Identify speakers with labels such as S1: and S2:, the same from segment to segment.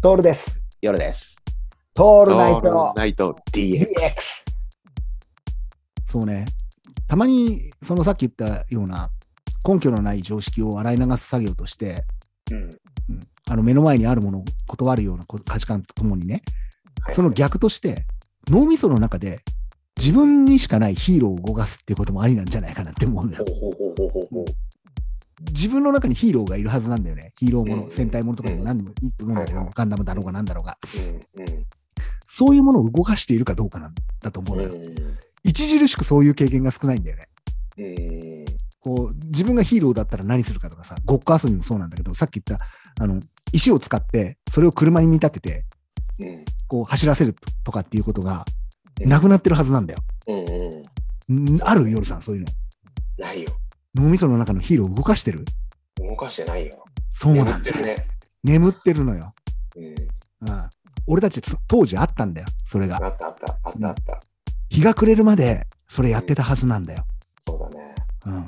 S1: トールです。
S2: 夜です。
S1: ト
S2: オ
S1: ールナイト
S2: ナイト DX。
S1: DX。
S3: そうね。たまに、そのさっき言ったような、根拠のない常識を洗い流す作業として、
S2: うん
S3: うんあの目の前にあるものを断るようなこ価値観とともにね、その逆として、脳みその中で自分にしかないヒーローを動かすっていうこともありなんじゃないかなって思うんだよ。
S2: ほうほうほうほうほう
S3: 自分の中にヒーローがいるはずなんだよね。ヒーローも
S2: うん
S3: の、戦隊ものとかでも何でもいいと思うんだけ
S2: はい
S3: ど
S2: はい、
S3: ガンダムだろうが何だろうが、
S2: うんうん
S3: そういうものを動かしているかどうかなんだと思うんだよ。著しくそういう経験が少ないんだよね。
S2: うん
S3: こう自分がヒーローだったら何するかとかさごっこ遊びもそうなんだけどさっき言ったあの石を使ってそれを車に見立てて
S2: うん
S3: こう走らせるととかっていうことが
S2: うん
S3: なくなってるはずなんだよ。
S2: うんうん
S3: んある夜さんそういうの。
S2: ないよ。
S3: 脳みその中のヒーローを動かしてる
S2: 動かしてないよ。
S3: そう
S2: 眠
S3: な
S2: っ
S3: ん
S2: て
S3: だ。
S2: るね。
S3: 眠ってるのよ。
S2: うん。
S3: うん、俺たちつ当時あったんだよそれが。
S2: あったあったあったあった。
S3: 日が暮れるまでそれやってたはずなんだよ。
S2: そうだね。
S3: うん、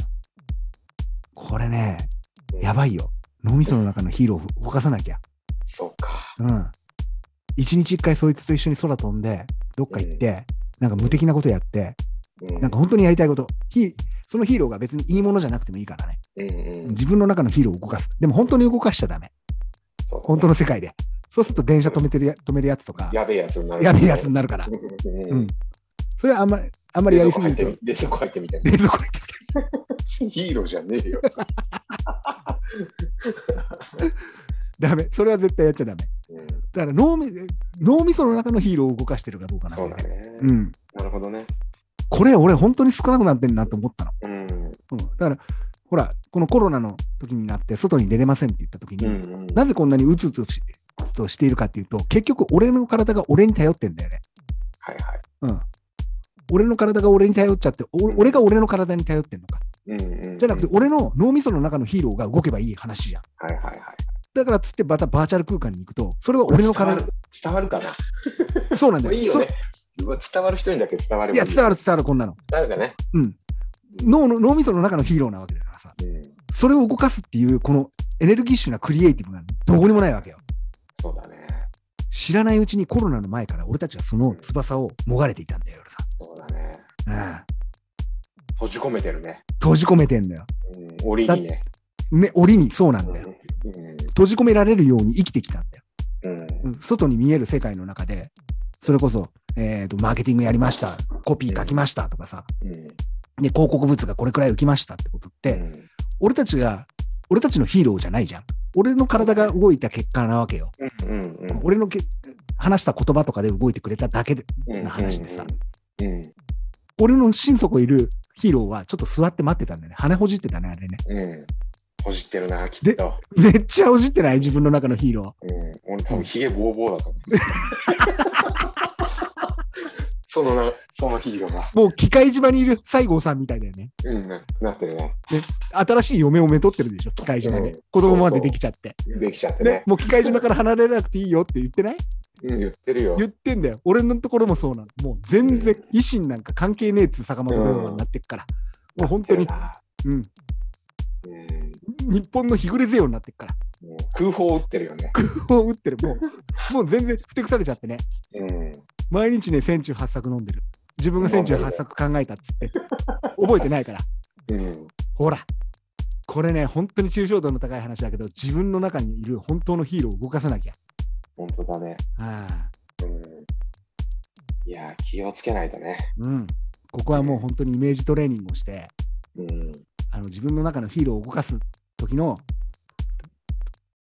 S3: これね
S2: うん
S3: やばいよ。脳みその中のヒーローを動かさなきゃ。
S2: そうか。
S3: うん。一日一回そいつと一緒に空飛んで、どっか行って、なんか無敵なことやって、
S2: うん
S3: なんか本当にやりたいこと、ヒそのヒーローが別にいいものじゃなくてもいいからね。
S2: うんうん。
S3: 自分の中のヒーローを動かす。でも本当に動かしちゃダメ。
S2: そうだね
S3: 本当の世界で。そうすると電車止めてるや止めるやつとか、
S2: やべえやつになる。
S3: やべえやつになるから。
S2: うんう
S3: うんん。それはあんまあんまり
S2: 冷
S3: や
S2: 蔵庫入
S3: りすぎ
S2: ってみ
S3: ると、
S2: 冷蔵庫入ってみたいな
S3: 冷。蔵庫入ってる
S2: ヒーローじゃねえよ。
S3: ダメ。それは絶対やっちゃダメ。
S2: うん
S3: だから脳み脳みその中のヒーローを動かしてるかどうかな
S2: そ
S3: ん
S2: う
S3: だ
S2: だ
S3: よね。う
S2: ね。
S3: ん。
S2: なるほどね。
S3: これ俺本当に少なくなってんなと思ったの。
S2: うん。
S3: うん、だから、ほら、このコロナの時になって、外に出れませんって言った時に、
S2: うんうん。
S3: なぜこんなにうつうつしとしているかっていうと、結局、俺の体が俺に頼ってんだよね。
S2: はいは
S3: うん。俺の体が俺に頼っちゃって、お
S2: うん
S3: 俺が俺の体に頼ってんのか。
S2: い。うんうん。
S3: じゃなくて、
S2: うん
S3: 俺の脳みその中のヒーローが動けばいい話じゃん。
S2: はいはいはい。
S3: だからつって、またバーチャル空間に行くと、それは俺の体
S2: 伝わ、る伝わるかな
S3: そうなん
S2: こ
S3: だ
S2: れ
S3: よ。
S2: いいよね。伝わる人にだけ伝われば
S3: そういや、伝わ
S2: る。
S3: る伝わる、こんなの。
S2: 伝わるかね。
S3: うん。脳の脳みその中のヒーローなわけだからさ、
S2: うん。
S3: それを動かすっていう、このエネルギッシュなクリエイティブがどこにもないわけよ。
S2: そうだね。
S3: 知らないうちにコロナの前から俺たちはその翼をもがれていたんだよ、夜
S2: そうだね。
S3: さん。うん。
S2: 閉じ込めてるね。
S3: 閉じ込めてんだよ。
S2: うん。檻にね。
S3: ね、檻にそうな
S2: うんん
S3: だよ。閉じ込められるように生きてきたんだよ。
S2: うん。
S3: うん外に見える世界の中で、それこそ、えっ、と、マーケティングやりました、コピー書きましたとかさ、
S2: うん。うん。
S3: で、広告物がこれくらい浮きましたってことって、俺たちが、俺たちのヒーローじゃないじゃん。俺の体が動いた結果なわけよ。
S2: うん。うん。
S3: 俺のけ話した言葉とかで動いてくれただけで、
S2: うん。
S3: な話でさ
S2: うん。うん。
S3: 俺の心底いるヒーローはちょっと座って待ってたんだよね。羽ほじってたね、あれね。
S2: うん。ほじってるな、きっと。
S3: めっちゃおじってない自分の中のヒーロ
S2: うん。俺多分ひげぼうぼうだと思う。そのな、そのヒーローが。
S3: ー。もう機械島にいる西郷さんみたいだよね。
S2: うん。ななってるね。
S3: 新しい嫁をめとってるでしょ、機械島で
S2: うん。
S3: 子供までできちゃって。
S2: できちゃって
S3: ね
S2: ね、。
S3: もう機械島から離れなくていいよって言ってない
S2: うん。言ってるよ。
S3: 言ってんだよ。俺のところもそうなの。もう全然、維新なんか関係ねえっつう坂本龍馬になってっから。もう本当に、うん。
S2: うん。
S3: 日本の日暮れ勢よになってっから。
S2: もう空砲撃ってるよね。
S3: こう打ってる。もう、もう全然ふてくされちゃってね。
S2: うん。
S3: 毎日ね、千中八作飲んでる。自分が千中八作考えたっつって、覚えてないから。
S2: うん。
S3: ほら、これね、本当に抽象度の高い話だけど、自分の中にいる本当のヒーローを動かさなきゃ。
S2: 本当だね。
S3: ああ
S2: うん。いやー、気をつけないとね。
S3: うん、ここはもう本当にイメージトレーニングをして、
S2: うん。
S3: あの自分の中のヒーローを動かす時の